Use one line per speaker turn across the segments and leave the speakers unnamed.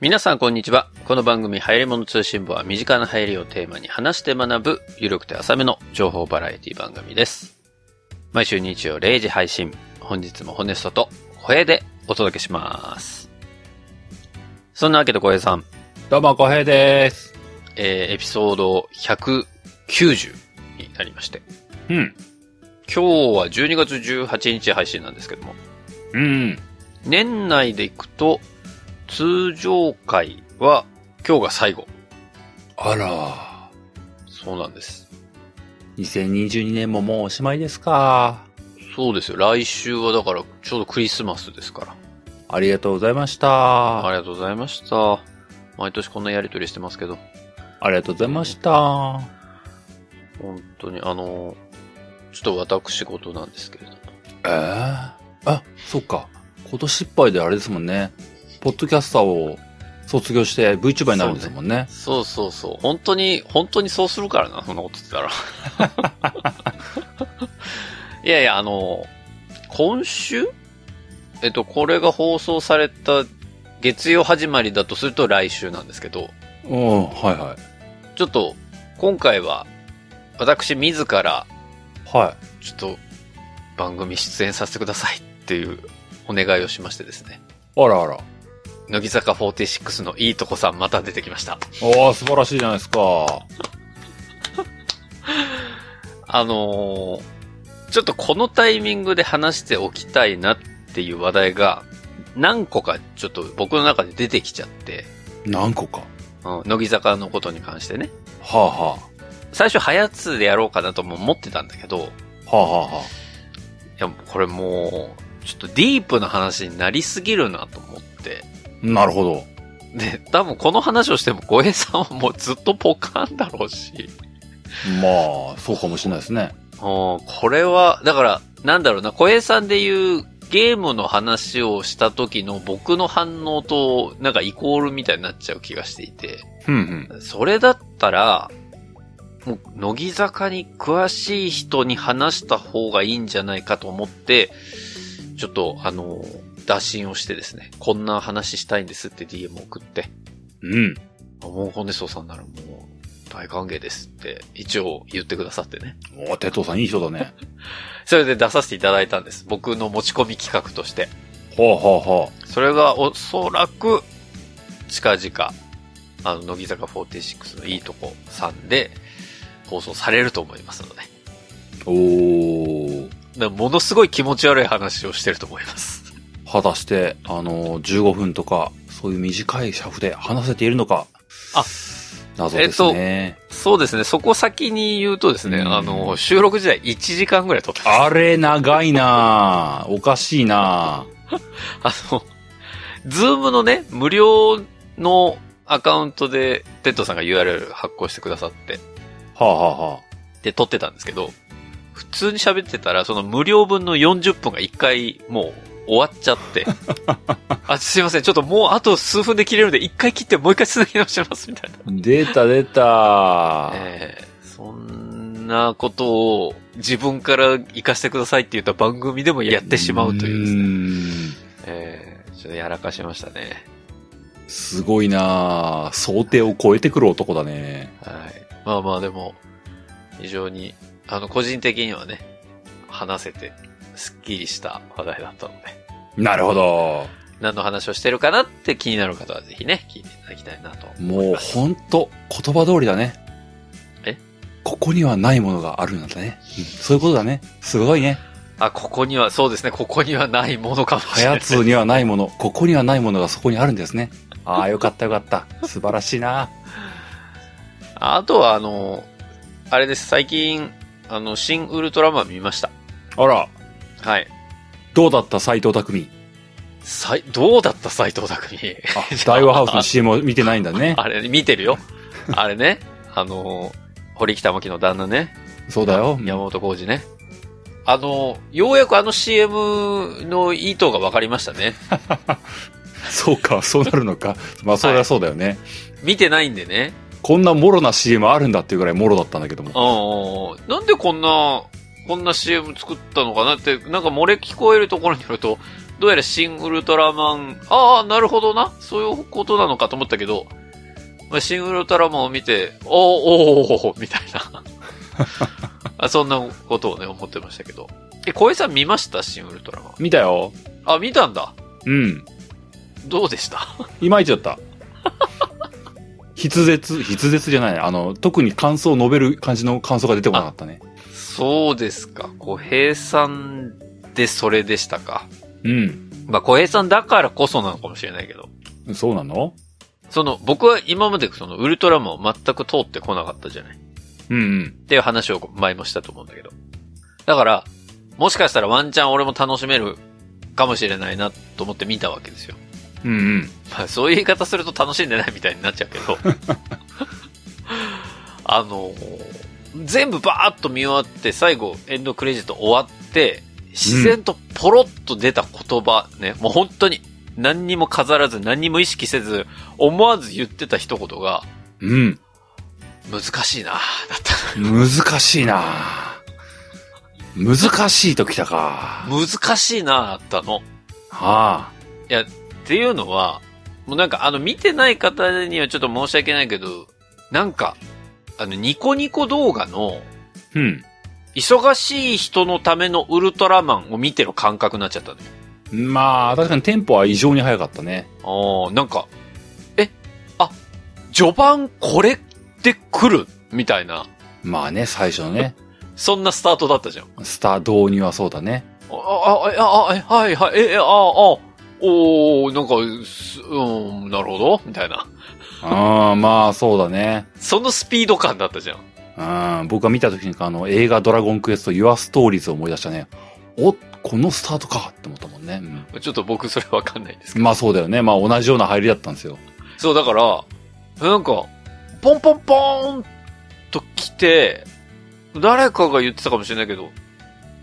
皆さんこんにちは。この番組、流行り物通信部は身近な流行りをテーマに話して学ぶ、ゆるくて浅めの情報バラエティ番組です。毎週日曜0時配信、本日もホネストと声でお届けします。そんなわけで声さん、
どうも、小平です。
えーエピソード190になりまして、
うん。
今日は12月18日配信なんですけども、
うん。
年内でいくと、通常回は今日が最後。
あら、
そうなんです。
2022年ももうおしまいですか。
そうですよ。来週はだから、ちょうどクリスマスですから。
ありがとうございまし
あ
た。
りがとうございました。毎年こんなやりとりしてますけど、
ありがとうございました。
本当に、あの、ちょっと私事なんですけれども。
ええあ、そっか。今年いっぱいであれですもんね。ポッドキャスターを卒業して VTuber になるんですもんね。
そうそうそう。本当に、本当にそうするからな、そんなこと言ってたら。 いやいや、あの、今週えっと、これが放送された月曜始まりだとすると来週なんですけど、
ううん、はいは
ちょっと、今回は、私自ら、
い。は
ちょっと、番組出演させてくださいっていうお願いをしましてですね。
い。あらあら。
乃木坂46のいいとこさんまた出てきました。
おー、素晴らしいじゃないですか。
あのーちょっとこのタイミングで話しておきたいなっていう話題が、何個かちょっと僕の中で出てきちゃって、
何個か。
うん、乃木坂のことに関してね。
はあは
最初、ハヤツーでやろうかなとも思ってたんだけど、
あ。はあはあはい
や、これもう、ちょっとディープな話になりすぎるなと思って、
あ。なるほど。
で、多分この話をしても、小平さんはもうずっとポカンだろうし。
まあ、そうかもしれないですね。
うんこれは、だから、なんだろうな、小平さんで言うゲームの話をした時の僕の反応と、なんかイコールみたいになっちゃう気がしていて。
うんうん。
それだったら、もう、乃木坂に詳しい人に話した方がいいんじゃないかと思って、ちょっと、あの、打診をしてですね、こんな話したいんですって DM を送って。
うん。
あもうコネソウさんならもう大歓迎ですって一応言ってくださってね。
おー、テトさんいい人だね。
それで出させていただいたんです。僕の持ち込み企画として。
ほうほうほ
それがおそらく近々、あの、乃木坂46のいいとこさんで放送されると思いますので。
う。おー。
なものすごい気持ち悪い話をしてると思います。
果たして、あの、15分とか、そういう短い尺で話せているのか。
あ、
謎ですね。
そうですね。そこ先に言うとですね、
うん
あの、収録時代1時間ぐらい撮ってます。
あれ、長いなぁおかしいな
あの、ズームのね、無料のアカウントで、テッドさんが URL 発行してくださって、
ぁはあ、はあは
で、撮ってたんですけど、普通に喋ってたら、その無料分の40分が一回もう終わっちゃって、あ、すいません、ちょっともうあと数分で切れるんで、一回切ってもう一回続き直します、みたいな。
あ、出た出た、
ええそんなことを自分から行かせてくださいって言った番組でもやってしまうというですね。
ね。
ええちょっとやらかしましたね。
すごいなぁ想定を超えてくる男だね。
はい。まあまあでも、非常に、あの、個人的にはね、話せて、スッキリした話題だったので、
なるほど。
何の話をしてるかなって気になる方はぜひね、聞いていただきたいなと。
もう、ほんと、言葉通りだね。
え
ここにはないものがあるんだね。うんそういうことだね。すごいね。
あ、ここには、そうですね、ここにはないものかも
は
しれな
や
い。
つにはないも の、ここにはないものがそこにあるんですね。あ あ、よかったよかった。素晴らしいな。
あとは、あの、あれです、最近、あの、新ウルトラマン見ました。
あら、
はい。
どうだった斎藤 匠。
さい、どうだった斎藤匠。
あ、ダイワハウスの CM を見てないんだ ね。
あれ、見てるよ。あれね、あの、堀北真希の旦那ね。
そうだよ。
山本浩二ね。あの、ようやくあの CM の意図が分かりましたね。
そうか、そうなるのか。まあ、そりゃそうだよね。
見てないんでね。
こんなもろな CM あるんだっていうぐらいもろだったんだけども。
うん。なんでこんな、こんな CM 作ったのかなって、なんか漏れ聞こえるところによると、どうやらシン・ウルトラマン、ああ、なるほどな。そういうことなのかと思ったけど、まあ、シン・ウルトラマンを見て、おーおーおーおーみたい なあ。そんなことをね、思ってましたけど。え、小江さん見ましたシン・ウルトラマン。
見たよ。
あ、見たんだ。
うん。
どうでした
いまいちだった。 筆舌、筆舌じゃない。あの、特に感想を述べる感じの感想が出てこなかったね。
そうですか。小平さんでそれでしたか。
うん。
まあ、小平さんだからこそなのかもしれないけど。
そうなの
その、僕は今までその、ウルトラマンを全く通ってこなかったじゃない。
うんうん
っ。ていう話を前もしたと思うんだけど。だから、もしかしたらワンチャン俺も楽しめるかもしれないなと思って見たわけですよ。
うんうん。
まあ そういう言い方すると楽しんでないみたいになっちゃうけど。 あのー全部バーッと見終わって、最後エンドクレジット終わって、自然とポロッと出た言葉ね、もう本当に何にも飾らず何にも意識せず、思わず言ってた一言が、
うん。
難しいなぁだったのよ
難しいな難しいときたか。
難しいなぁだったの。
はあ。
っていうのは、もうなんかあの見てない方にはちょっと申し訳ないけど、なんか、あのニコニコ動画の
うん。
忙しい人のためのウルトラマンを見てる感覚になっちゃったね。
まあ、確かにテンポは異常に早かったね。
あーなんか、え、あ、序盤これで来るみたいな、
まあね、最初のね、
そんなスタートだったじゃん。
スター導入はそうだね。
あ、あ、あ、あ、はい、はい、え、あ、あ、おー、なんか、すうん、なるほどみたいな。
ああ、まあそうだね。
そのスピード感だったじゃん。
うん、僕が見た時にあの映画ドラゴンクエスト Your Stories を思い出したね。お、このスタートかって思ったもんね。
ちょっと僕それわかんないんですけど
うんまあそうだよね。まあ同じような入りだったんですよ。
そう、だから、なんか、ポンポンポーンと来て、誰かが言ってたかもしれないけど、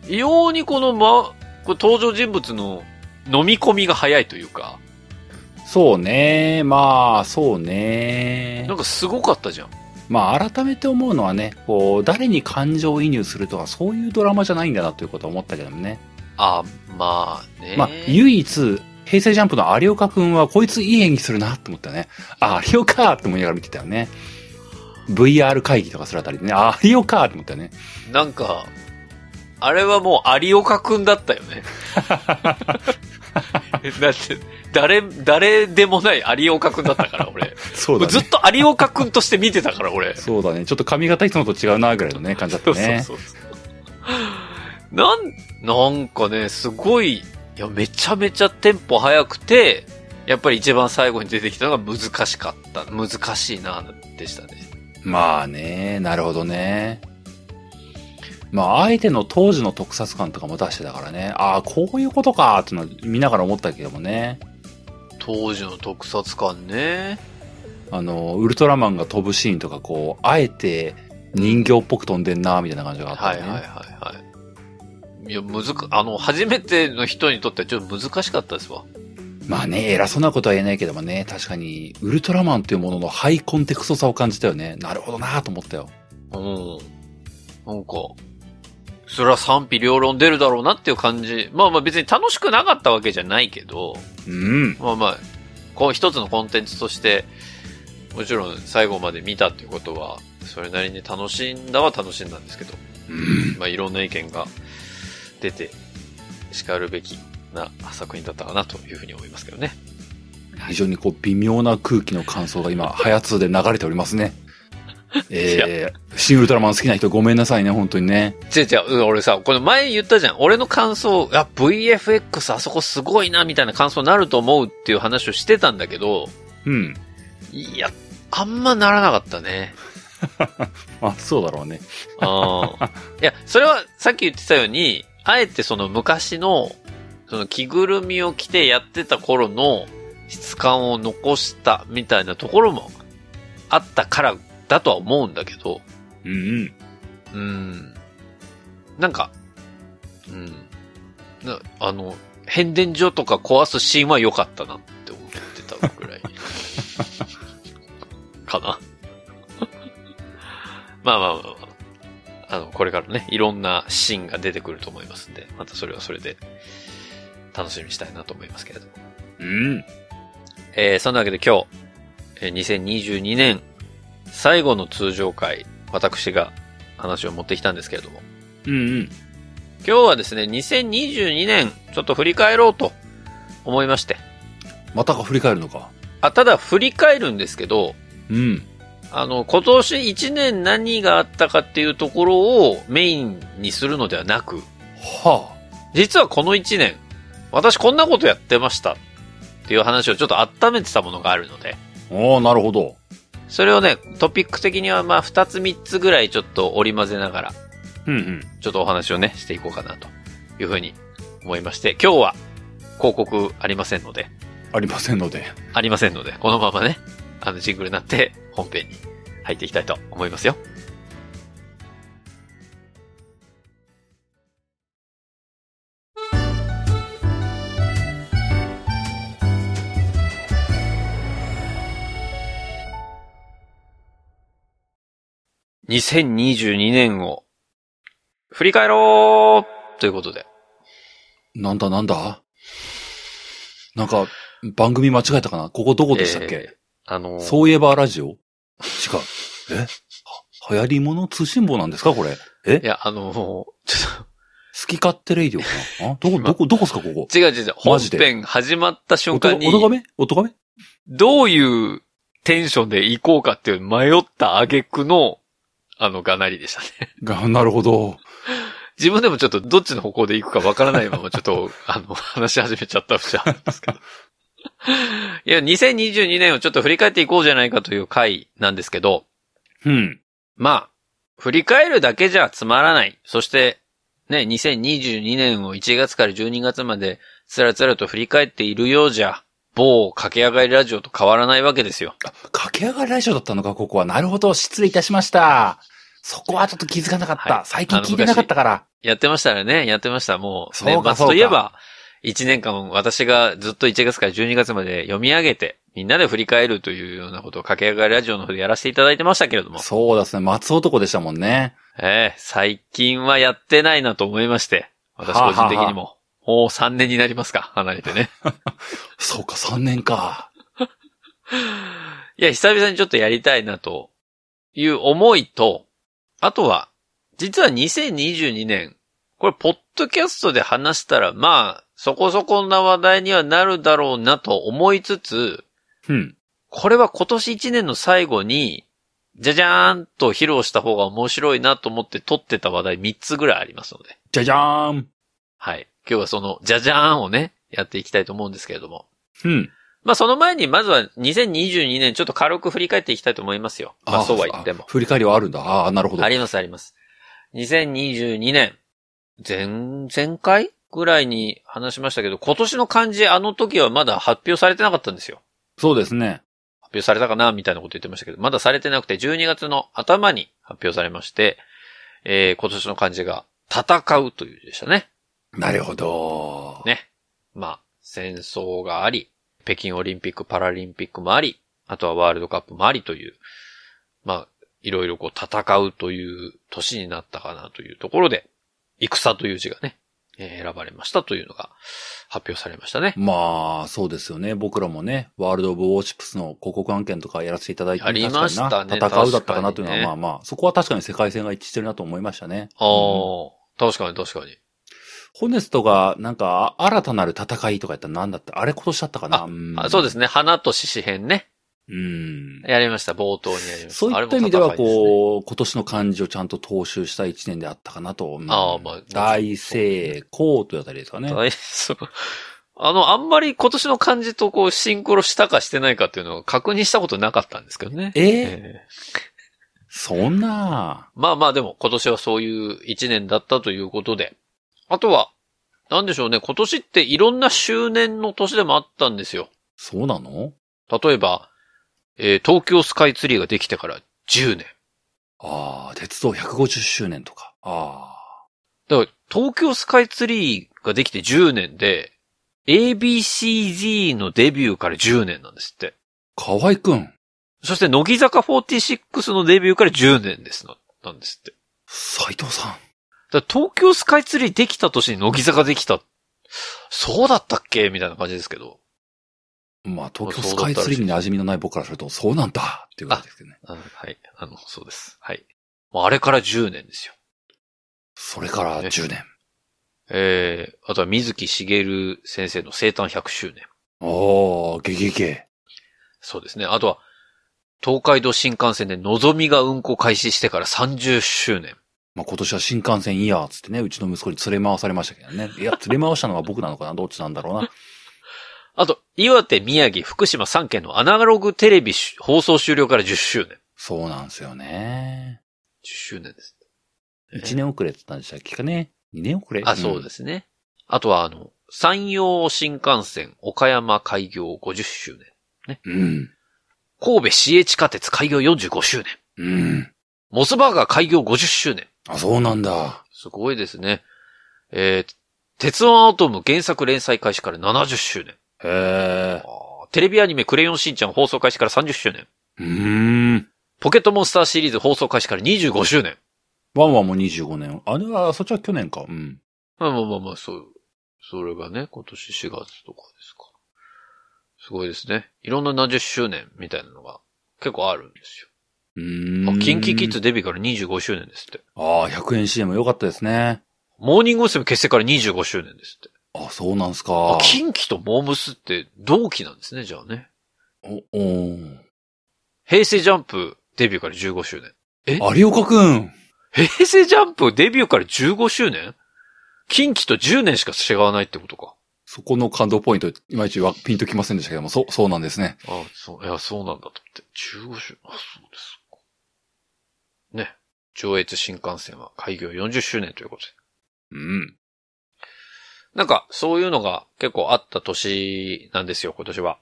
異様にこの、ま、これ登場人物の飲み込みが早いというか、
そうね。まあそう
な
ね
ん。かすごかったじゃん。
まあ改めて思うのはね、こう、誰に感情移入するとかそういうドラマじゃないんだなということは思ったけどもね。
あ、まあね。
まあ唯一、平成ジャンプの有岡くんはこいついい演技するなって思ったよね。あ、有岡って思いながら見てたよね。VR 会議とかするあたりでね、あ、有岡って思ったよね。
なんか、あれはもう有岡くんだったよ ね。だって、誰、誰でもない有岡くんだったから、俺。
そうだね。
ずっと有岡くんとして見てたから、俺。
そうだね。ちょっと髪型いつもと違うな、ぐらいのね、感じだった
そう
ね。
そうそうそう。なん、なんかね、すごい、いや、めちゃめちゃテンポ速くて、やっぱり一番最後に出てきたのが難しかった。難しいな、でしたね。
まあね、なるほどね。まあ、相手の当時の特撮感とかも出してたからね。ああ、こういうことか、っていうのは見ながら思ったけどもね。
当時の特撮感ね。
あの、ウルトラマンが飛ぶシーンとか、こう、あえて人形っぽく飛んでんな、みたいな感じがあった
はい
よね。
はいはいはい。いや、むずか、あの、初めての人にとってはちょっと難しかったですわ。
まあね、偉そうなことは言えないけどもね、確かに、ウルトラマンというもののハイコンテクストさを感じたよね。なるほどな、と思ったよ。
うん。なんか、それは賛否両論出るだろうなっていう感じ。まあまあ別に楽しくなかったわけじゃないけど、
うん。
まあまあ、こう一つのコンテンツとして、もちろん最後まで見たっていうことは、それなりに楽しんだは楽しんだんですけど、
うん。
まあいろんな意見が出て、叱るべきな作品だったかなというふうに思いますけどね。
非常にこう微妙な空気の感想が今、ハヤツーで流れております ね。えー、シン・ウルトラマン好きな人ごめんなさいね、本当にね。
違う違う、俺さ、この前言ったじゃん。俺の感想、あ、VFX あそこすごいな、みたいな感想になると思うっていう話をしてたんだけど、
うん。
いや、あんまならなかったね。
あ、そうだろうね。
あーいや、それはさっき言ってたように、あえてその昔の、その着ぐるみを着てやってた頃の質感を残したみたいなところもあったからだとは思うんだけど、
うんうん。
うん。なんか、うん。なあの、変電所とか壊すシーンは良かったなって思ってたぐらい。 かな。 まあまあまあまあ。あの、これからね、いろんなシーンが出てくると思いますんで、またそれはそれで、楽しみにしたいなと思いますけれども。
うん。
えーそんなわけで今日、えー2022年最後の通常会、私が話を持ってきたんですけれども、
うんうん。
今日はですね、2022年、ちょっと振り返ろうと思いまして。
またか振り返るのか。
あ、ただ振り返るんですけど、
うん。
あの、今年1年何があったかっていうところをメインにするのではなく、
は
実はこの1年、私こんなことやってましたっていう話をちょっと温めてたものがあるので、
あ。おー、なるほど。
それをね、トピック的にはまあ2つ3つぐらいちょっと織り交ぜながら、
うんうん。
ちょっとお話をね、していこうかなというふうに思いまして、今日は広告ありませんので、
ありませんので。
ありませんので、このままね、あの、ジングルになって本編に入っていきたいと思いますよ。2022年を振り返ろうということで。
なんだなんだなんか、番組間違えたかなここどこでしたっけ、
えーあのー
そういえばラジオ違う。えは流行り物通信簿なんですかこれ。え
いや、あのーちょっと、
好き勝手レイディオかなあどこ、どこ、どこですかここ。
違う違う違う。本
マジで
編始まった瞬
おと
間
おとが
に、
めおとがめ
どういうテンションで行こうかっていう迷った挙句の、あの、がなりでしたね。
が、なるほど。
自分でもちょっとどっちの方向で行くかわからないままちょっと、あの、話し始めちゃった節あるんですけど。 いや、2022年をちょっと振り返っていこうじゃないかという回なんですけど、
うん。
まあ、振り返るだけじゃつまらない。そして、ね、2022年を1月から12月まで、つらつらと振り返っているようじゃ、某駆け上がりラジオと変わらないわけですよ。
あ駆け上がりラジオだったのか、ここは。なるほど。失礼いたしました。そこはちょっと気づかなかった。
はい
最近聞いてなかったから。
やってましたらね、やってました。もう、
そ
年
うか
末といえば、1年間私がずっと1月から12月まで読み上げて、みんなで振り返るというようなことを駆け上がりラジオの方でやらせていただいてましたけれども、
そうですね。松男でしたもんね。
ええ最近はやってないなと思いまして、私個人的にも、もう3年になりますか、離れてね。
そうか、3年か。
いや、久々にちょっとやりたいなという思いと、あとは、実は2022年、これ、ポッドキャストで話したら、まあ、そこそこな話題にはなるだろうなと思いつつ、
うん。
これは今年1年の最後に、じゃじゃーんと披露した方が面白いなと思って撮ってた話題3つぐらいありますので、
じゃじゃーん。
はい。今日はその、じゃじゃーんをね、やっていきたいと思うんですけれども。
うん。
まあ、その前に、まずは2022年ちょっと軽く振り返っていきたいと思いますよ。まあ、そうは言っても
あ。振り返りはあるんだ。ああ、なるほど。
ありますあります。2022年、前、前回ぐらいに話しましたけど、今年の漢字あの時はまだ発表されてなかったんですよ。
そうですね。
発表されたかなみたいなこと言ってましたけど、まだされてなくて、12月の頭に発表されまして、えー、今年の漢字が、戦うという字でしたね。
なるほど。
ね。まあ、戦争があり、北京オリンピック、パラリンピックもあり、あとはワールドカップもありという、まあ、いろいろこう戦うという年になったかなというところで、戦という字がね、えー選ばれましたというのが発表されましたね。
まあ、そうですよね。僕らもね、ワールド・オブ・ウォーシップスの広告案件とかやらせていただいて
やりましたね
確かにな戦うだったかな
確
と
か
いう
に
の
ね
は、まあまあ、そこは確かに世界線が一致してるなと思いましたね。
あ
うん
あ、確かに確かに。
ホネストが、なんか、新たなる戦いとかやったら何だったあれ今年だったかな。
あそうですすね。花と獅子編ね。
うん。
やりました。冒頭にやりました。
そういった意味では、こう、今年の漢字をちゃんと踏襲した一年であったかなと。うん
ああまあ
大成功というあたりですかね。
大そう。あの、あんまり今年の漢字とこうシンクロしたかしてないかっていうのを確認したことなかったんですけどね。
えー
ええ
そんな、
まあまあでも今年はそういう一年だったということで。あとは、なんでしょうね、今年っていろんな周年の年でもあったんですよ。
そうなの
例えば、えー東京スカイツリーができてから10年。
ああ、鉄道150周年とか。あ
だから、東京スカイツリーができて10年で、ABCZ のデビューから10年なんですって。
あ、河合くん。
そして、乃木坂46のデビューから10年ですな、なんですって。
斉藤さん。
だから東京スカイツリーできた年に乃木坂できた。そうだったっけみたいな感じですけど。
まあ、東京スカイツリーに馴染みのない僕からすると、そうなんだっていうことですけどね。
あはい。あの、そうです。はい。もうあれから10年ですよ。
それから10年。
えー、あとは水木しげる先生の生誕100周年。
おー、ゲゲゲ。
そうですね。あとは、東海道新幹線でのぞみが運行開始してから30周年。
まあ、今年は新幹線いいや、つってね、うちの息子に連れ回されましたけどね。いや、連れ回したのは僕なのかな どっちなんだろうな。
あと、岩手、宮城、福島3県のアナログテレビし放送終了から10周年。
そうなんですよね。
10周年です。
1年遅れって言ったんでしたっけかね。2年遅れ。
あ、そうですすね。あとは、あの、山陽新幹線岡山開業50周年。
うん。
神戸市営地下鉄開業45周年。
うん。
モスバーガー開業50周年。
あ、そうなんだ。
すごいですね。えー、鉄腕アトム原作連載開始から70周年。
へえ。
テレビアニメクレヨンしんちゃん放送開始から30周年。
うーん。
ポケットモンスターシリーズ放送開始から25周年。
ワンワンも25年。あれは、そっちは去年か。うん。
まあまあまあまあ、そう。それがね、今年4月とかですか。すごいですね。いろんな70周年みたいなのが結構あるんですよ。
う
あ
ーん。
キンキキッズデビューから25周年ですって。
ああ、100円 CM 良かったですね。
モーニング娘。結成から25周年ですって。
あそうなんす
あ
か。
キンキとモームスって同期なんですね、じゃあね。
お、おー
平成ジャンプデビューから15周年。
有岡くん。
平成ジャンプデビューから15周年近畿と10年しか違わないってことか。
そこの感動ポイント、いまいちはピンときませんでしたけども、そう、そうなんですね。
あそう、いや、そうなんだと思って。15周、あ、そうですか。ね。上越新幹線は開業40周年ということで。
うん。
なんか、そういうのが結構あった年なんですよ、今年は。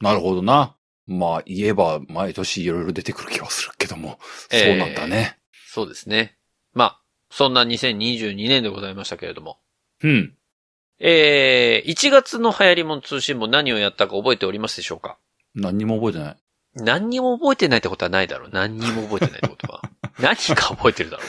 なるほどな。まあ、言えば、毎年いろいろ出てくる気はするけども、
ええ
そうなんだね。
そうですね。まあ、そんな2022年でございましたけれども。
うん。
えー、1月の流行り物通信も何をやったか覚えておりますでしょうか
何にも覚えてない。
何にも覚えてないってことはないだろう。何にも覚えてないってこと は。何か覚えてるだろ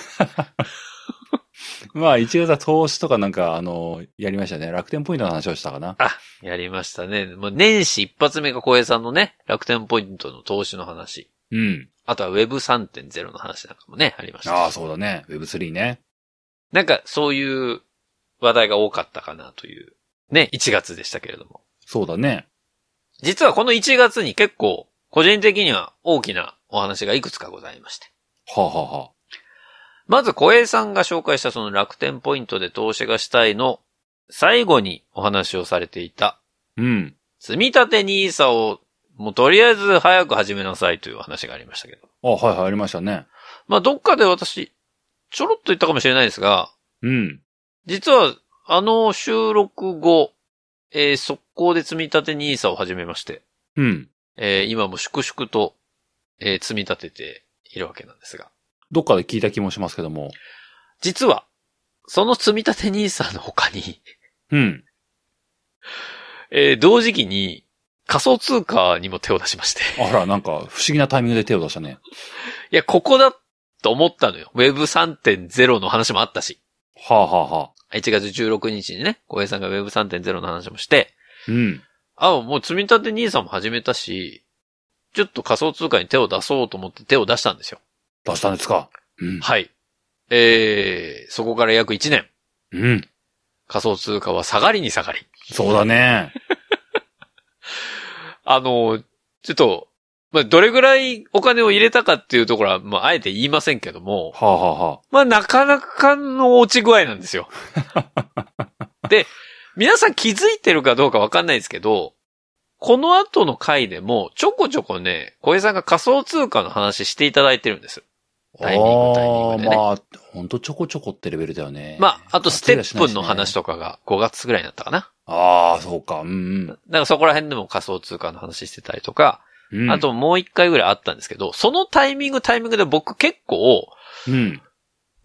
まあ、一月は投資とかなんか、あの、やりましたね。楽天ポイントの話をしたかな。
う。やりましたね。もう年始一発目が小平さんのね、楽天ポイントの投資の話。
うん。
あとは Web3.0 の話なんかもね、ありました。
ああ、そうだね。Web3 ね。
なんかそういう話題が多かったかなという、ね、1月でしたけれども。
そうだね。
実はこの1月に結構、個人的には大きなお話がいくつかございまして。
はあ、はあはあ、
まず、小江さんが紹介したその楽天ポイントで投資がしたいの、最後にお話をされていた、
うん。
積み立て NISA を、もうとりあえず早く始めなさいというお話がありましたけど。
あはいはい、ありましたね。
まあ、どっかで私、ちょろっと言ったかもしれないですが、
うん。
実は、あの収録後、えー速攻で積み立て NISA を始めまして、
うん。
えー今も粛々と、えー積み立てているわけなんですが、
どっかで聞いた気もしますけども。
実は、その積み立て NISA の他に、
うん。
えー同時期に仮想通貨にも手を出しまして。
あら、なんか、不思議なタイミングで手を出したね。
いや、ここだと思ったのよ。Web3.0 の話もあったし。
はあ、はあはあ、
1月16日にね、小平さんが Web3.0 の話もして、
うん。
あ、もう積み立て NISA も始めたし、ちょっと仮想通貨に手を出そうと思って手を出したんですよ。
出したんですか。うん。
はい。えー、そこから約1年、
うん。
仮想通貨は下がりに下がり。
そうだね。
あの、ちょっと、まあ、どれぐらいお金を入れたかっていうところは、まあ、あえて言いませんけども、
はあ、はあは
まあ、なかなかの落ち具合なんです よ。で、皆さん気づいてるかどうかわかんないですけど、この後の回でも、ちょこちょこね、小江さんが仮想通貨の話していただいてるんです。
あ、
タイミングタイミングでね
ああまあ、ほんとちょこちょこってレベルだよね。
まあ、あとステップンの話
と。
とかが5月ぐらいになったかな。
ああ、そうか。うん
だからそこら辺でも仮想通貨の話してたりとか、
うん。うん
あ、ともう一回ぐらいあったんですけど、そのタイミングタイミングで僕結構、
うん。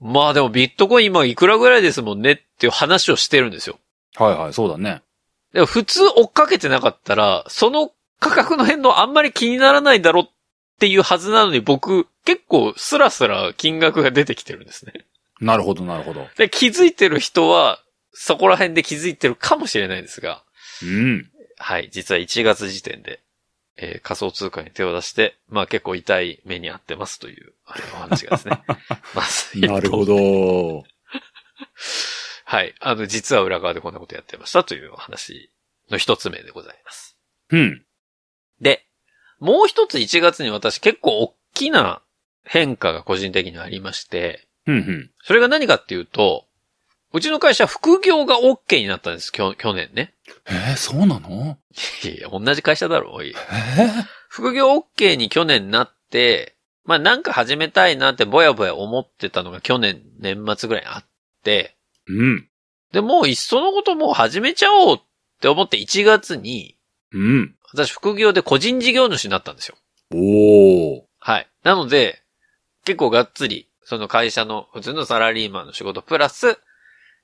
まあでもビットコイン今いくらぐらいですもんねっていう話をしてるんですよ。
はいはい、そうだね。
でも普通追っかけてなかったら、その価格の変動あんまり気にならないだろっていうはずなのに僕結構スラスラ金額が出てきてるんですね。
なるほど、なるほど。
で気づいてる人はそこら辺で気づいてるかもしれないですが、
うん。
はい、実は1月時点で、えー仮想通貨に手を出して、まあ結構痛い目に遭ってますという、あのお話がです ね。まず一本
なる ほど。
はい。あの、実は裏側でこんなことやってましたというお話の一つ目でございます。
うん。
で、もう一つ1月に私結構大きな変化が個人的にありまして、
うん、うん。
それが何かっていうと、うちの会社副業が OK になったんです、きょ去年ね。
えー、そうなの
いやいや、同じ会社だろ、おい。
えー、
副業 OK に去年なって、まあなんか始めたいなってぼやぼや思ってたのが去年年末ぐらいにあって、
うん。
で、もういっそのこともう始めちゃおうって思って1月に、
うん。
私副業で個人事業主になったんですよ。
おー。
はい。なので、結構がっつり、その会社の普通のサラリーマンの仕事プラス、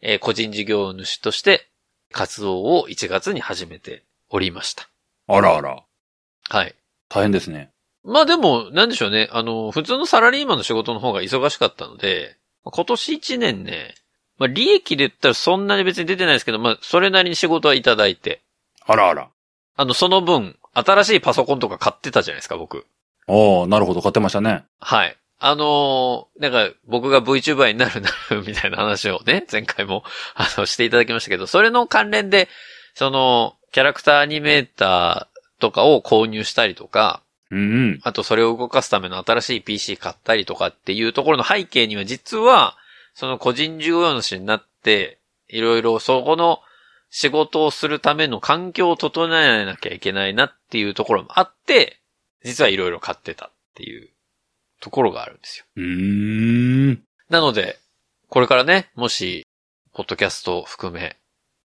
えー個人事業主として活動を1月に始めておりました。
あらあら。
はい。
大変ですね。
まあでも、なんでしょうね。あの、普通のサラリーマンの仕事の方が忙しかったので、今年1年ね、まあ利益で言ったらそんなに別に出てないですけど、まあそれなりに仕事はいただいて、
あらあら。
あの、その分、新しいパソコンとか買ってたじゃないですか、僕。
ああ、なるほど。買ってましたね。
はい。あのーなんか僕が VTuber になるなるみたいな話をね、 前回もあのしていただきましたけど、それの関連で、その、キャラクターアニメーターとかを購入したりとか、
うん、うん。
あとそれを動かすための新しい PC 買ったりとかっていうところの背景には実は、その個人事業主になって、いろいろそこの仕事をするための環境を整えなきゃいけないなっていうところもあって、実はいろいろ買ってたっていうところがあるんですよ。
うーん。
なので、これからね、もし、ポッドキャストを含め、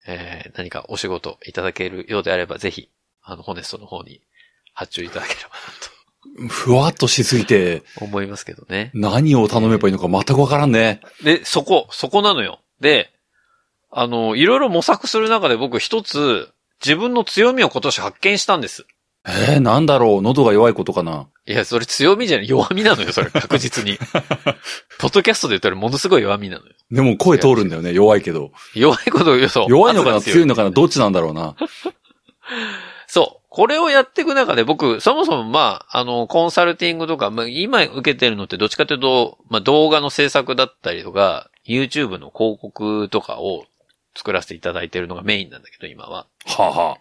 えー何かお仕事いただけるようであれば、ぜひ、あの、ホネストの方に発注いただければ
ふわっとしすぎて、
なと思いますけどね。
何を頼めばいいのか全くわからんね。
で、そこ、そこなのよ。で、あの、いろいろ模索する中で僕一つ、自分の強みを今年発見したんです。
えー、なんだろう。喉が弱いことかな。
いや、それ強みじゃない、弱みなのよ、それ、確実 に。ポッドキャストで言ったらものすごい弱みなのよ。
でも声通るんだよね。弱いけど。
弱いことを言うと。
弱いのかな
圧が
強いのかなどっちなんだろうな。
そう。これをやっていく中で僕、そもそもまあ、あの、コンサルティングとか、まあ、今受けてるのってどっちかというと、まあ、動画の制作だったりとか、YouTube の広告とかを作らせていただいてるのがメインなんだけど、今は。
はあ、はあ、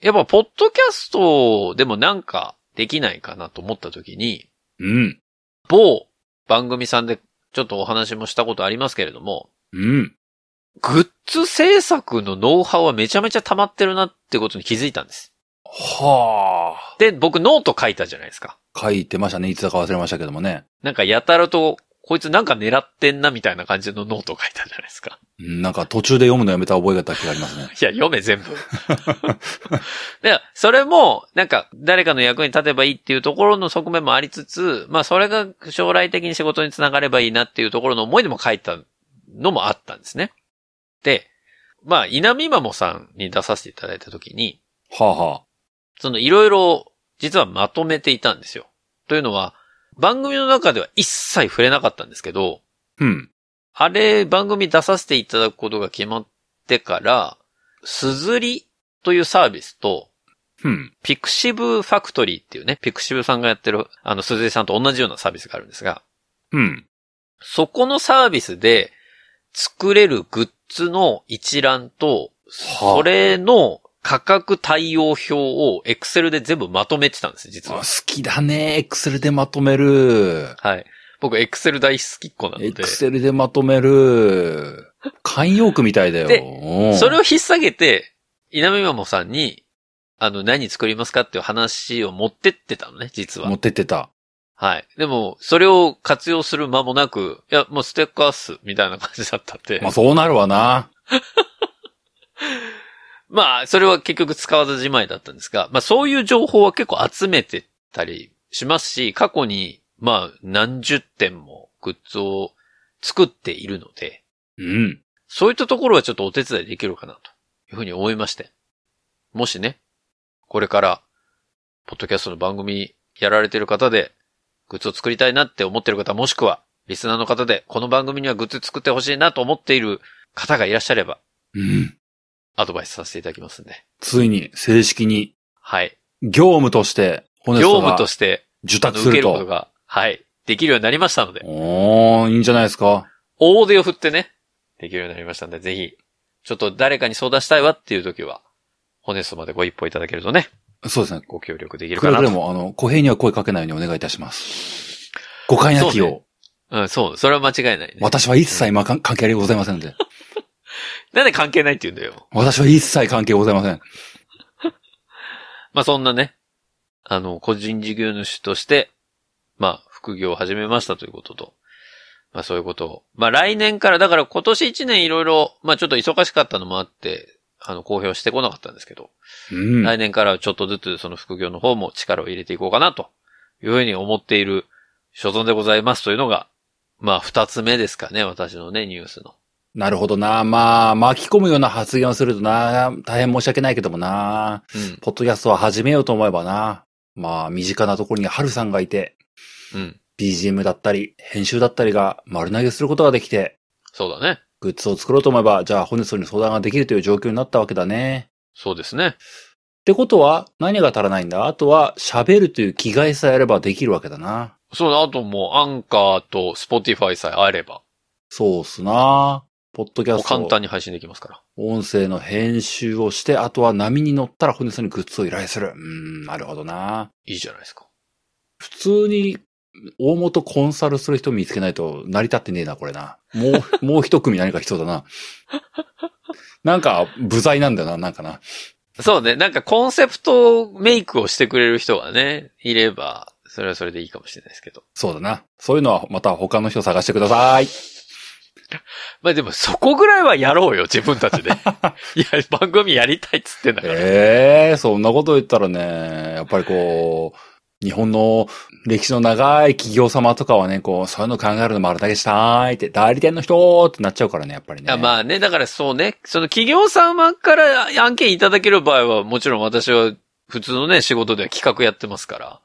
やっぱ、ポッドキャストでもなんかできないかなと思った時に、
うん。
某番組さんでちょっとお話もしたことありますけれども、
うん。
グッズ制作のノウハウはめちゃめちゃ溜まってるなってことに気づいたんです。
はあ。
で、僕ノート書いたじゃないですか。
書いてましたね。いつだか忘れましたけどもね。
なんかやたらと、こいつなんか狙ってんなみたいな感じのノートを書いたじゃないですか。
うんなんか途中で読むのやめた覚えがあった気がありますね。
いや、読め全部。 で、それも、なんか、誰かの役に立てばいいっていうところの側面もありつつ、まあ、それが将来的に仕事につながればいいなっていうところの思いでも書いたのもあったんですね。で、まあ、稲見まもさんに出させていただいたときに、
はあ、はあ。
そのいろいろ実はまとめていたんですよ。というのは、番組の中では一切触れなかったんですけど、
うん。
あれ、番組出させていただくことが決まってから、すずりというサービスと、
うん。
ピクシブファクトリーっていうね、ピクシブさんがやってる、あの、すずりさんと同じようなサービスがあるんですが、
うん。
そこのサービスで作れるグッズの一覧と、
はあ
それの価格対応表を Excel で全部まとめてたんです、実
あ好
は。
きだね。エクセルでまとめる。
はい。僕、Excel 大好きっ子なの
エ
で
ク。セルでまとめる。慣用句みたいだよ。
で
うん
それを引っ提げて、稲見マモさんに、あの、何作りますかっていう話を持ってってたのね、実
持
は
っ。てってた。
はい。でも、それを活用する間もなく、いや、もうステッカーっす、みたいな感じだったんで。
まあそうなるわな。
まあ、それは結局使わずじまいだったんですが、まあそういう情報は結構集めてたりしますし、過去に、まあ、何十点もグッズを作っているので、
うん。
そういったところはちょっとお手伝いできるかなというふうに思いまして。もしね、これから、ポッドキャストの番組やられてる方で、グッズを作りたいなって思ってる方、もしくは、リスナーの方で、この番組にはグッズ作ってほしいなと思っている方がいらっしゃれば、
うん。
アドバイスさせていただきますんで。
ついに正式に
はい。
業務として、ホネス
業
ト
務
が
として、
受
あ
託
の、
す
受ける
る
こと
と。
が、はい、できるようになりましたので、
おー、いいんじゃないですか。
大手を振ってね、できるようになりましたんで、ぜひ、ちょっと誰かに相談したいわっていう時は、ホネストまでご一報いただけるとね、
そうですね。
ご協力できる
く
か
れ
な
ぐれ
と。
も、あの、公平には声かけないようにお願いいたします。誤解なき
そう
よう、
ねうん、そう、それは間違いない、ね。
私は一切、まあ、関関係ありございませんので。
なんで関係ないって言うんだよ。
私は一切関係ございません。
まあそんなね、あの、個人事業主として、まあ、副業を始めましたということと、まあそういうことを、まあ来年から、だから今年1年いろいろ、まあちょっと忙しかったのもあって、あの、公表してこなかったんですけど、
うん。
来年からはちょっとずつその副業の方も力を入れていこうかなというふうに思っている所存でございますというのが、まあ二つ目ですかね、私のね、ニュースの。
なるほどな。まあ、巻き込むような発言をするとな、大変申し訳ないけどもな。
うん。
ポッドキャストは始めようと思えばな。まあ、身近なところにハルさんがいて、
うん。
BGM だったり、編集だったりが丸投げすることができて、
そうだね。
グッズを作ろうと思えば、じゃあ、ホネストに相談ができるという状況になったわけだね。
そうですね。
ってことは、何が足らないんだあとは、喋るという気概さえあればできるわけだな。
そうだ、あともうアンカーとスポティファイさえあれば、
そうっすな。ポッドキャ
もう
ス
簡
ト
単、に配信できますから。
音声の編集をして、あとは波に乗ったらホネストにグッズを依頼する。うーん、なるほどな。
いいじゃないですか。
普通に大元コンサルする人見つけないと成り立ってねえな、これな。もう、もう一組何か必要だな。なんか、部材なんだよな、なんかな。
そうね、なんかコンセプトメイクをしてくれる人がね、いれば、それはそれでいいかもしれないですけど。
そうだな。そういうのはまた他の人探してください。
まあでもそこぐらいはやろうよ、自分たちで。いや、番組やりたいっつってんだから。
ええそんなこと言ったらね、やっぱりこう、日本の歴史の長い企業様とかはね、こう、そういうの考えるの丸投げしたいって、代理店の人ってなっちゃうからね、やっぱりね。
あまあね、だからそうね、その企業様から案件いただける場合は、もちろん私は普通のね、仕事では企画やってますから、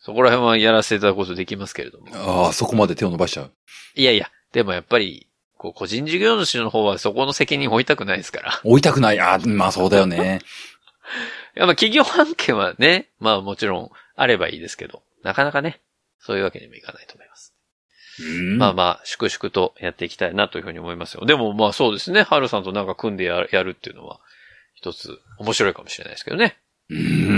そこら辺はやらせていただくことできますけれども。
ああ、そこまで手を伸ばしちゃう。
いやいや、でもやっぱり、こう、個人事業主の方はそこの責任を負いたくないですから。
追いたくない。ああ、まあそうだよね。
いや、まあ企業案件はね、まあもちろんあればいいですけど、なかなかね、そういうわけにもいかないと思います。
うん
まあまあ、粛々とやっていきたいなというふうに思いますよ。でもまあそうですね、ハルさんとなんか組んでやるやるっていうのは、一つ面白いかもしれないですけどね。
う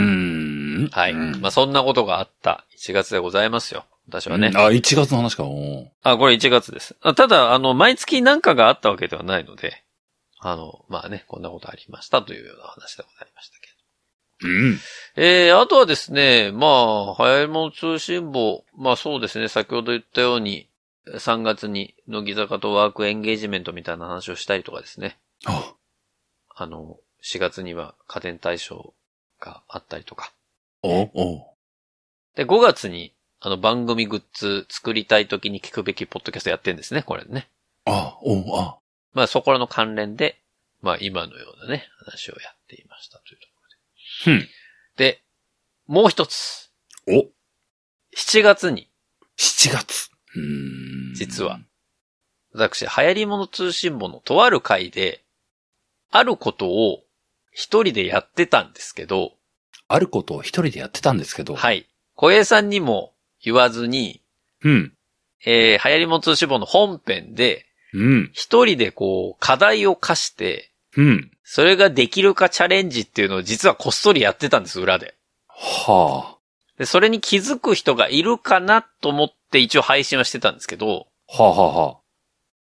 ーん
はい。
うん
まあ、そんなことがあった1月でございますよ。私はね。
あ、1月の話か。おー
あ、これ1月です。あただ、あの、毎月何かがあったわけではないので、あの、まあね、こんなことありましたというような話でございましたけど。
うん。
えー、あとはですね、まあ、早いもの通信簿、まあそうですね、先ほど言ったように、3月に乃木坂とワークエンゲージメントみたいな話をしたりとかですね、
あ、
あの、4月には家電対象があったりとか、
お、お。
で、5月に、あの、番組グッズ作りたい時に聞くべきポッドキャストやってんですね、これね。
あ、お、あ。
まあ、そこらの関連で、まあ、今のようなね、話をやっていましたというとこ
ふん。
ろで。で、もう一つ。
お、
7月に、
7月。うーん
実は。私、流行り物通信簿のとある回で、あることを一人でやってたんですけど、
あることを一人でやってたんですけど。い。
はい。小江さんにも言わずに、
うん。
えー、流行り物通信簿の本編で、
うん。
一人でこう、課題を課して、
うん。
それができるかチャレンジっていうのを実はこっそりやってたんです、裏で。
は
で、それに気づく人がいるかなと思って一応配信はしてたんですけど、
あ。はあ、はあ、は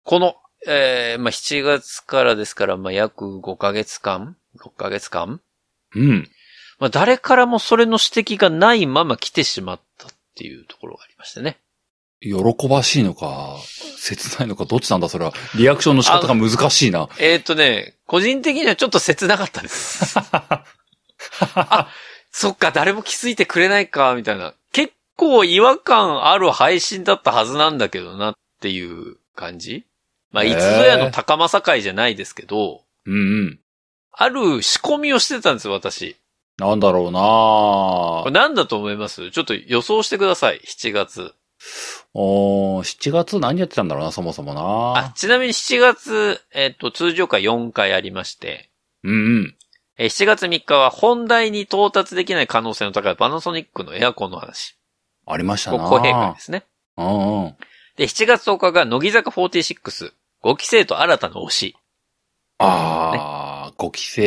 この、えー、まあ、7月からですから、まあ、約5ヶ月間 ?6 ヶ月間
あ。うん。
まあ、誰からもそれの指摘がないまま来てしまったっていうところがありましてね。
喜ばしいのか、切ないのか、どっちなんだ、それは。リアクションの仕方が難しいな。
えーっとね、個人的にはちょっと切なかったです。あ、そっか、誰も気づいてくれないか、みたいな。結構違和感ある配信だったはずなんだけどなっていう感じまあ、
へー
いつぞやの高ま会じゃないですけど、
うんうん。
ある仕込みをしてたんですよ、私。
なんだろう
これ
な
何だと思いますちょっと予想してください、7月。
おー、7月何やってたんだろうな、そもそも
あ
な。、
ちなみに7月、えっ、と、通常回4回ありまして、
うんうん。
えー7月3日は本題に到達できない可能性の高いパナソニックのエアコンの話。
ありました
こ
な。
公平会ですね。
うんうん。
で、7月10日が乃木坂46、5期生と新たな推し。
あー、ご規制、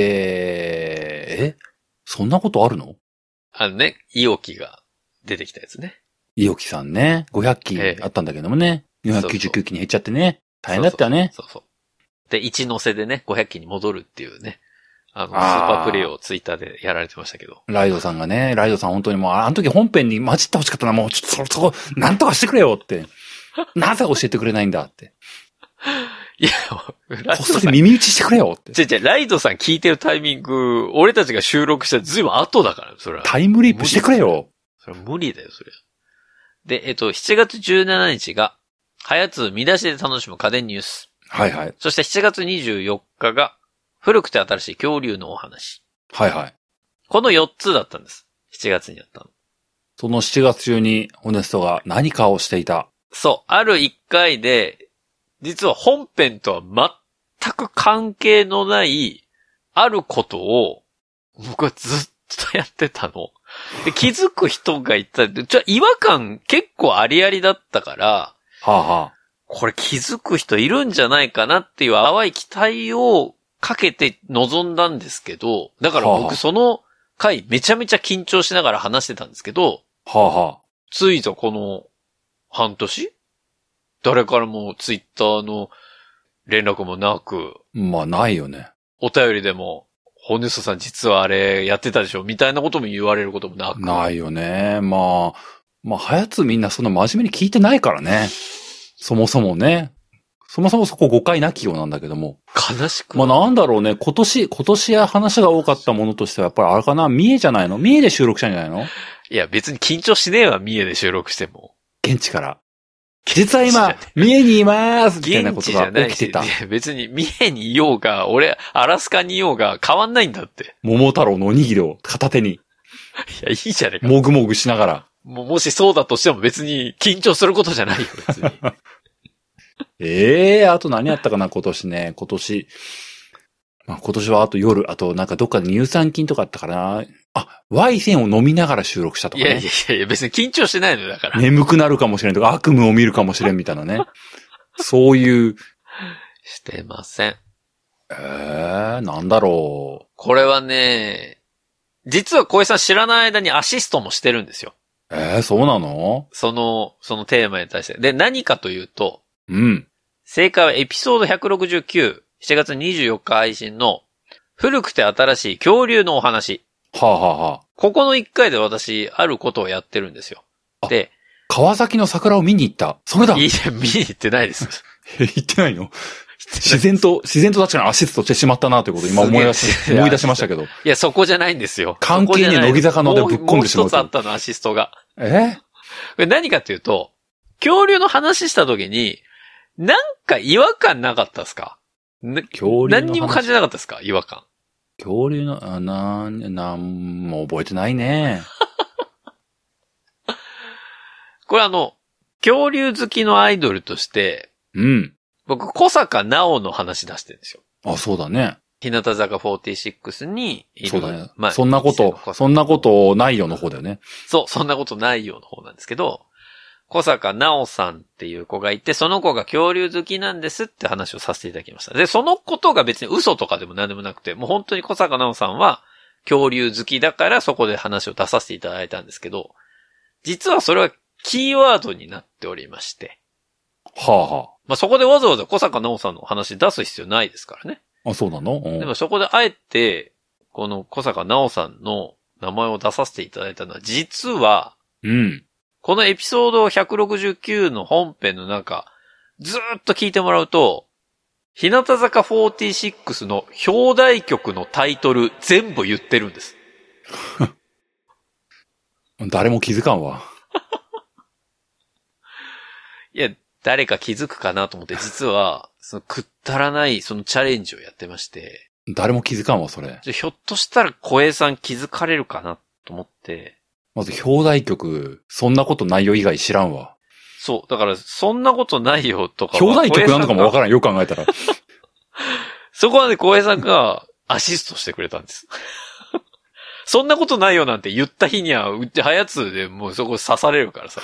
えそんなことあるの
あのね、いおきが出てきたやつね。
いおきさんね、500
ええ
期あったんだけどもね、499期に減っちゃってね、大変だったよね。
そうそう。で、一乗せでね、500期に戻るっていうね、あの、スー
あー
パープレイをツイッターでやられてましたけど。
ライドさんがね、ライドさん本当にもう、あの時本編に混じってほしかったな、もうちょっとそこ、そこ、なんとかしてくれよって。なぜ教えてくれないんだって。
いや、ライ
こ
ド
っ
さ
そ
ん
り、耳打ちしてくれよって。
ちょちょライドさん聞いてるタイミング、俺たちが収録したずいぶん後だから、それは。
タイムリープしてくれよ。
それ無理だよ、それ。で、えっと、7月17日が、はやつ見出しで楽しむ家電ニュース。
はいはい。
そして7月24日が、古くて新しい恐竜のお話。
はいはい。
この4つだったんです。7月にやったの。
その7月中に、ホネストが何かをしていた。
そう、ある1回で、実は本編とは全く関係のない、あることを、僕はずっとやってたの。で、気づく人がいた。でちょ、違和感結構ありありだったから、
はあはあ。
これ気づく人いるんじゃないかなっていう淡い期待をかけて臨んだんですけど、だから
は
僕
あ
その回めちゃめちゃ緊張しながら話してたんですけど、
はあはあ。
ついとこの半年誰からもツイッターの連絡もなく、
まあ、ないよね。
お便りでも、ホネストさん実はあれやってたでしょみたいなことも言われることもなく。
ないよね。まあ、まあ、はやつみんなそんな真面目に聞いてないからね。そもそもね。そもそもそこ誤解なきようなんだけども。
悲しく
まあ
ない。
なんだろうね、今年、今年や話が多かったものとしては、やっぱりあれかな、三重じゃないの三重で収録したんじゃないの
いや別に緊張しねえわ、三重で収録しても。
現地から。実は
現地じゃな
今
い、
三重にいますみたいな
現
こ
地
と
じゃ
が
ない
起き
して
た。
で別に三重にいようが、俺、アラスカにいようが変わんないんだって。
桃太郎のおにぎりを片手に、
いや、いいじゃねえか。
もぐもぐしながら。
もうもしそうだとしても別に緊張する ことじゃないよ、別に。
ええあと何やったかな、今年ね。今年。まあ今年はあと夜、あとなんかどっかで乳酸菌とかあったかな。あ、Y 線を飲みながら収録したと
い
か
やいや
ね
い。やいや、別に緊張してないのよ、だから。
眠くなるかもしれんとか、悪夢を見るかもしれんみたいなね。そういう、
してません。
ええなんだろ
これはね、実は小井さん知らない間にアシストもしてるんですよ。
う。ええそうなの
その、そのテーマに対して。で、何かというと、
うん。
正解はエピソード169、7月24日配信の、古くて新しい恐竜のお話。
はあ、はあはあ、
ここの一回で私、あることをやってるんですよ。
あ
で、
川崎の桜を見に行った。それだ
い
え
いや、見に行ってないです。
行ってないの自然と、自然と確かにアシストしてしまったなということを今思い出
す
し、
げえ
思い出しましたけど。
いや、そこじゃないんですよ。
関係ねえ
そこじゃない
乃木坂のでぶっ込んでしま
も
う
う一つあったの、アシストが。
え
これ何かっていうと、恐竜の話した時に、なんか違和感なかったですかな
恐竜の話
何にも感じなかったですか違和感。
恐竜の、あなん、なんも覚えてないね。
これあの、恐竜好きのアイドルとして、
うん。
僕、小坂直の話出してるんですよ。
あ、そうだね。
日向坂46にいる、
そうだね。
まあ
そんなこ
一世の小
と、
坂
そんなことないよの方だよね。
そう、そんなことないよの方なんですけど、小坂直さんっていう子がいて、その子が恐竜好きなんですって話をさせていただきました。で、そのことが別に嘘とかでも何でもなくて、もう本当に小坂直さんは恐竜好きだからそこで話を出させていただいたんですけど、実はそれはキーワードになっておりまして、
はあは
まあ、そこでわざわざ小坂直さんの話出す必要ないですからね。
あ。あ、そうなの、うん
でもそこであえて、この小坂直さんの名前を出させていただいたのは、実は、
うん。
このエピソード169の本編の中、ずーっと聞いてもらうと、日向坂46の表題曲のタイトル全部言ってるんです。
誰も気づかんわ。
いや、誰か気づくかなと思って、実は、そのくったらないそのチャレンジをやってまして、
誰も気づかんわ、それ。
ちょひょっとしたら小江さん気づかれるかなと思って、
まず、表題曲、そんなことないよ以外知らんわ。
そう。だから、そんなことないよとかは。
兄弟曲なのかもわ
ん
からん。よく考えたら。
そこはね、浩平さんがアシストしてくれたんです。 そんなことないよなんて言った日には、うち、はやつでもうそこ刺されるからさ。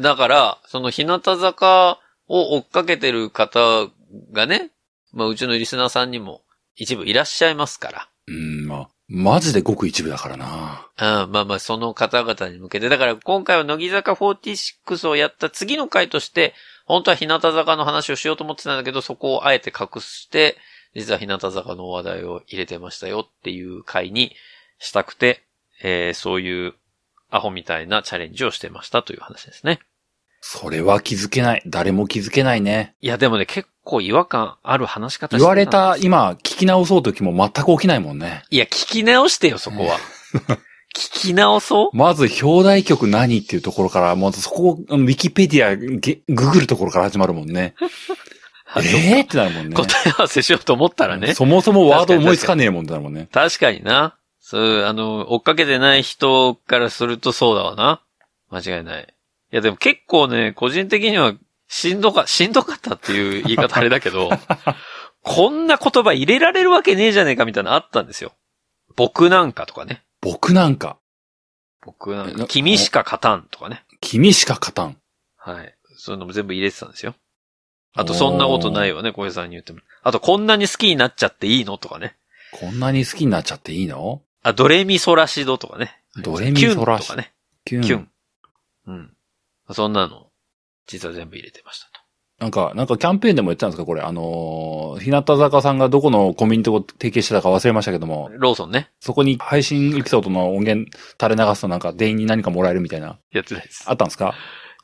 だから、その日向坂を追っかけてる方がね、まあうちのリスナーさんにも一部いらっしゃいますから。
うん、まあ、マジでごく一部だからな。
うん、まあまあ、その方々に向けて。だから今回は乃木坂46をやった次の回として、本当は日向坂の話をしようと思ってたんだけど、そこをあえて隠して、実は日向坂の話題を入れてましたよっていう回にしたくて、えー、そういうアホみたいなチャレンジをしてましたという話ですね。
それは気づけない。誰も気づけないね。
いや、でもね、結構違和感ある話し方して
言われ
な
た、今、聞き直そうときも全く起きないもんね。
いや、聞き直してよ、そこ は。聞き直そう
まず、表題曲何っていうところから、まずそこを、うんウィキペディア、ゲググるところから始まるもんね。
あそっか
えーってなるもんね。
答え合わせしようと思ったらね。
そもそもワード思いつかねえもんってなるもんね。
確かにな。そう、あの、追っかけてない人からするとそうだわな。間違いない。いや、でも結構ね、個人的には、しんどか、しんどかったっていう言い方あれだけ ど、こんな言葉入れられるわけねえじゃねえかみたいなのあったんですよ。僕なんかとかね。
僕なんか、
僕なん
え
か、
な
君しか勝たんとかね。
君しか勝たん。
はい。そういうのも全部入れてたんですよ。あと、そんなことないわね、小平さんに言っても。あと、こんなに好きになっちゃっていいのとかね。
こんなに好きになっちゃっていいの
あ、ドレミソラシドとかね。
ドレミソラシ
キュンとか
ド
ね。
キュ
キュン。うん。そんなの、実は全部入れてましたと。
なんか、なんかキャンペーンでも言ってたんですかこれ、あのー日向坂さんがどこのコンビニと提携してたか忘れましたけども、
ローソンね。
そこに配信エピソードの音源垂れ流すとなんか店員に何かもらえるみたいな、
やってないです。
あったんですか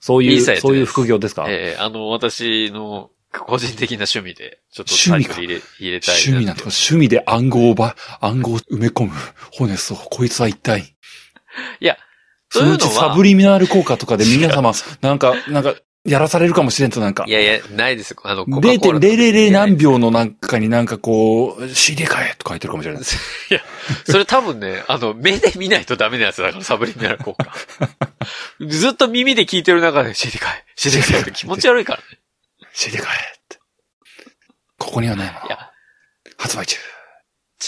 そうい
一
う、
切やってないです
そういう副業ですか、
ええあの、私の個人的な趣味で、ちょっと
趣
タイ
味
ト
か
ル入れ、入れたい
趣味なん
て
とか、趣味で暗号をば、暗号を埋め込む。ホネスト、こいつは一体。
いや、
そ
そうい
の
う
うち
の
サ
は
ブ、リミナル効果とかで皆様、なんか、なんか、やらされるかもしれんとなんか
い。やいや、ないです。あの、コカコーラ
0.000何秒の中になんかこう、CD 買えとか言ってるかもしれない。
いや、それ多分ね、あの、目で見ないとダメなやつだから、 サブリミナル効果。ずっと耳で聞いてる中で、CD かい、CD かいって気持ち悪いからね。
CD 買えって。ここにはないもの
いや、
発売中。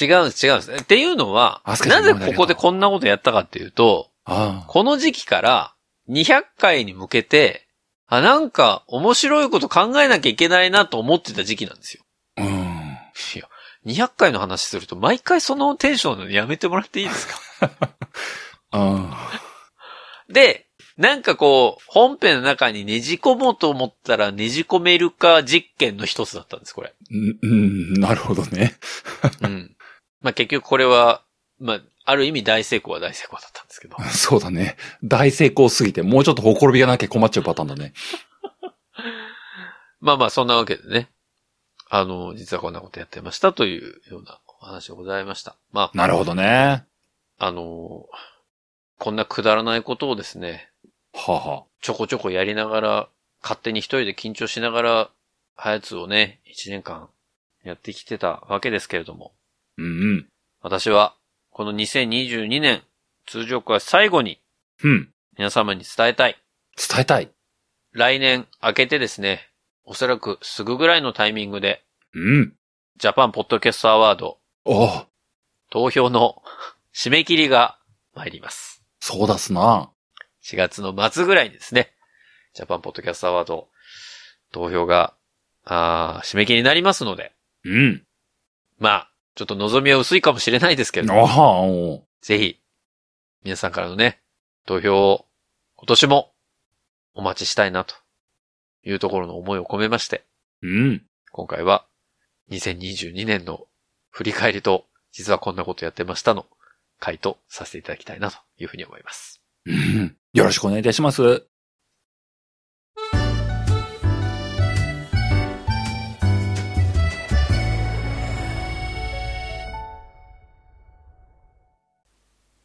違うんです、違うんです。っていうのは
あす、けちゃ
なんぜここでこんなことやったかっていうと、
ああ。
この時期から200回に向けて、あ、なんか面白いこと考えなきゃいけないなと思ってた時期なんですよ。
うん。
いや、200回の話すると毎回そのテンションなのやめてもらっていいですか
あ
で、なんかこう、本編の中にねじ込もうと思ったらねじ込めるか実験の一つだったんです、これ。
うんうん、なるほどね。
うん。まあ結局これは、まあ、ある意味大成功は大成功だったんですけど。
そうだね。大成功すぎて、もうちょっとほころびがなきゃ困っちゃうパターンだね。
まあまあ、そんなわけでね。あの、実はこんなことやってましたというようなお話でございました。まあ、
なるほどね。
あの、こんなくだらないことをですね、
はあは
ちょこちょこやりながら、勝手に一人で緊張しながら、ハヤツをね、一年間やってきてたわけですけれども、
うんうん。
私は、この2022年、通常会最後に
うん。
皆様に伝えたい。
伝えたい。
来年明けてですね、おそらくすぐぐらいのタイミングで、
うん。
ジャパンポッドキャストアワード
おう
投票の 締め切りが参ります。
そうだすな。
4月の末ぐらいにですね、ジャパンポッドキャストアワード投票が、あー締め切りになりますので、
うん。
まあ、ちょっと望みは薄いかもしれないですけれど
あ
も、
あ、おう
ぜひ、皆さんからのね、投票を今年もお待ちしたいなというところの思いを込めまして、
うん。
今回は2022年の振り返りと、実はこんなことやってましたの回答させていただきたいなというふうに思います。
うん。よろしくお願いいたします。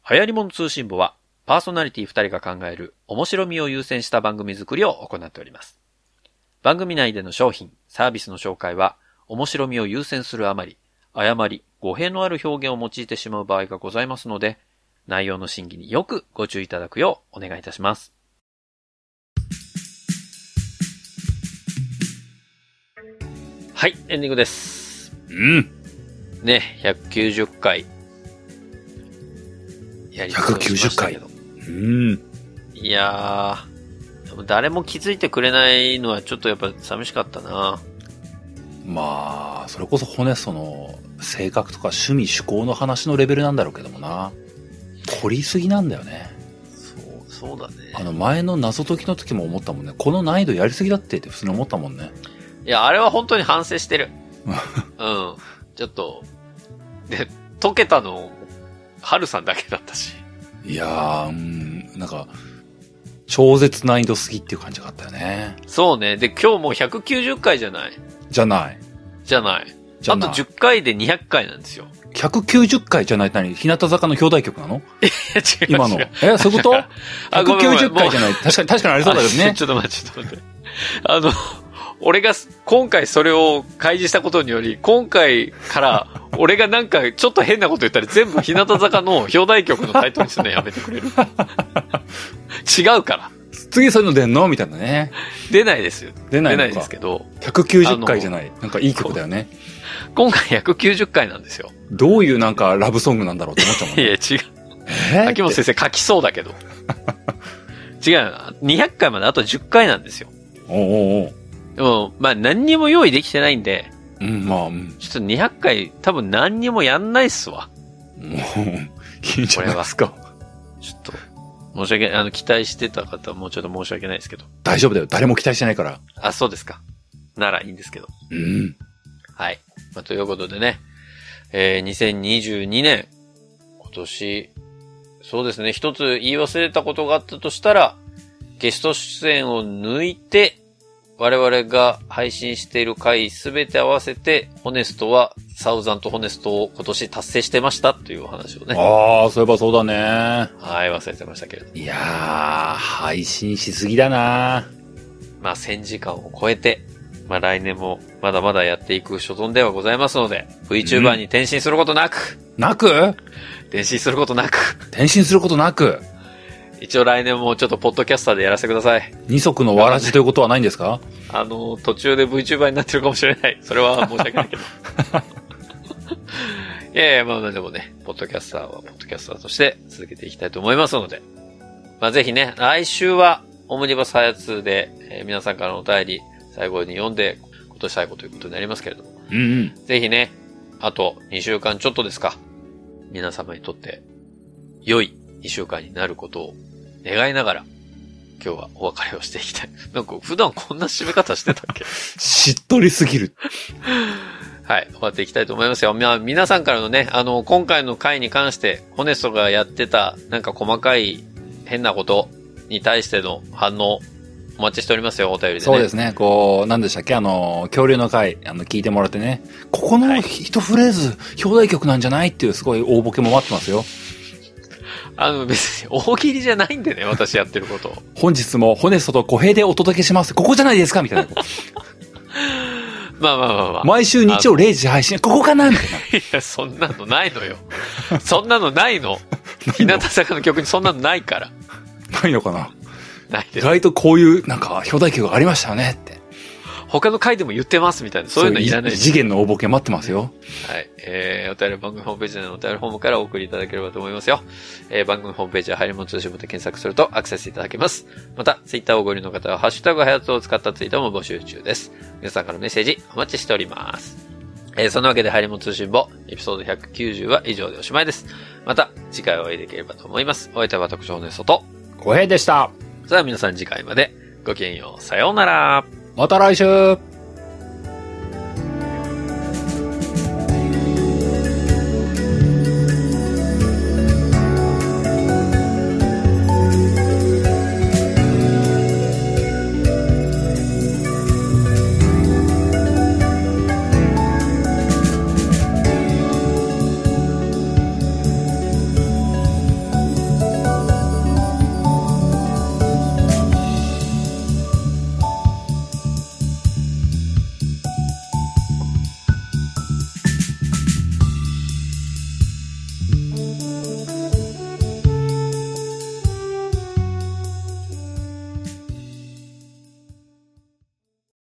流行り物通信簿は、パーソナリティ2人が考える面白みを優先した番組作りを行っております。番組内での商品、サービスの紹介は、面白みを優先するあまり、誤り、語弊のある表現を用いてしまう場合がございますので、内容の審議によくご注意いただくようお願いいたします。はい、エンディングです。
うん。
ね、190回。やり過ごしましたけど。
うん。
いやー、でも誰も気づいてくれないのはちょっとやっぱ寂しかったな。
まあ、それこそホネストの性格とか趣味趣向の話のレベルなんだろうけどもな。取りすぎなんだよね。
そう、そうだね。
あの前の謎解きの時も思ったもんね。この難易度やりすぎだってって普通に思ったもんね。
いや、あれは本当に反省してる。うん。ちょっと、で、解けたの、ハルさんだけだったし。
いやー、うん、なんか、超絶難易度すぎっていう感じがあったよね。
そうね。で、今日もう190回じゃない
じゃない。
じゃない。
じゃ
あと
ない。
10回で200回なんですよ。
190回じゃないって何日向坂の兄弟曲なの
いや違う
今の
違う。
え、そういう こと
あごめんごめん
?190 回じゃない。確かに、確かにありそうだけ ど
あ
ね
ち。ょっと待って、ちょっと待って。あの、俺がす今回それを開示したことにより、今回から俺がなんかちょっと変なこと言ったら全部日向坂の表題曲のタイトルにするのやめてくれる違うから。
次そういうの出んのみたいなね。
出ないですよ。
出な
出
い
ない
の
で
か
す。けど、
190回じゃない。なんかいい曲だよね。
今回190回なんですよ。
どういうなんかラブソングなんだろうって思っちゃうもん
い や、違う。
ね。えー
秋元
って
先生書きそうだけど。違う。200回まであと10回なんですよ。
おうおうおう
でも、まあ何にも用意できてないんで、
うん、まあ、うん。
ちょっと200回多分何にもやんないっすわ。
もう、いいんじゃないですか。
ちょっと、申し訳ない。あの、期待してた方はもうちょっと申し訳ないですけど。
大丈夫だよ。誰も期待してないから。
あ、そうですか。ならいいんですけど。
うん。
はい。まあ、ということでね、えー2022年、今年、そうですね、一つ言い忘れたことがあったとしたら、ゲスト出演を抜いて、我々が配信している回すべて合わせて、ホネストは、サウザンとホネストを今年達成してましたというお話をね。
ああ、そういえばそうだね。
はい、忘れてましたけれど。
いやー、配信しすぎだな
まあ、1000時間を超えて、まあ、来年もまだまだやっていく所存ではございますので、VTuber に転身することなく、
なく
転身することなく、
転身することなく
一応来年もちょっとポッドキャスターでやらせてください。
二足のわらじということはないんですか
あの、途中で VTuber になってるかもしれない。それは申し訳ないけど。いやいや、まあでもね、ポッドキャスターはポッドキャスターとして続けていきたいと思いますので。まあぜひね、来週はオムニバス早通で、えー皆さんからのお便り最後に読んで、今年最後ということになりますけれども。
うんうん。
ぜひね、あと2週間ちょっとですか。皆様にとって良い2週間になることを願いながら、今日はお別れをしていきたい。 なんか普段こんな締め方してたっけ
しっとりすぎる。
はい、終わっていきたいと思いますよ。まあ皆さんからのね、あの、今回の回に関して、ホネストがやってた、なんか細かい変なことに対しての反応、お待ちしておりますよ、お便りでね。
そうですね。こう、なんでしたっけあの、恐竜の回、あの、聞いてもらってね。ここ
は
の
い
一フレーズ、表題曲なんじゃないっていうすごい大ボケも待ってますよ。
あの、別に大喜利じゃないんでね、私やってること。
本日もホネストと小平でお届けします。ここじゃないですかみ たいな。
まあまあまあまあ。
毎週日曜0時配信、ここかなみたい
いや、そんなのないのよ。そんなのないの。日向坂の曲にそんなのないから。
な。ないのかな
ないで
意
す。
外とこういう、なんか、表題曲がありましたよねって。
他の回でも言ってますみたいな。そういうのいらない
異次元の大ボケ待ってますよ。
はい。えー、お便り番組ホームページのお便りフォームからお送りいただければと思いますよ。えー、番組ホームページは入り物通信簿で検索するとアクセスいただけます。また、ツイッターをご利用の方は、ハッシュタグはやつを使ったツイートも募集中です。皆さんからのメッセージお待ちしております。えー、そんなわけで、入り物通信簿、エピソード190は以上でおしまいです。また、次回お会いできればと思います。お相手は私、ホネソと。
小平でした。
それでは皆さん次回までごきげんよう。さようなら。
また来週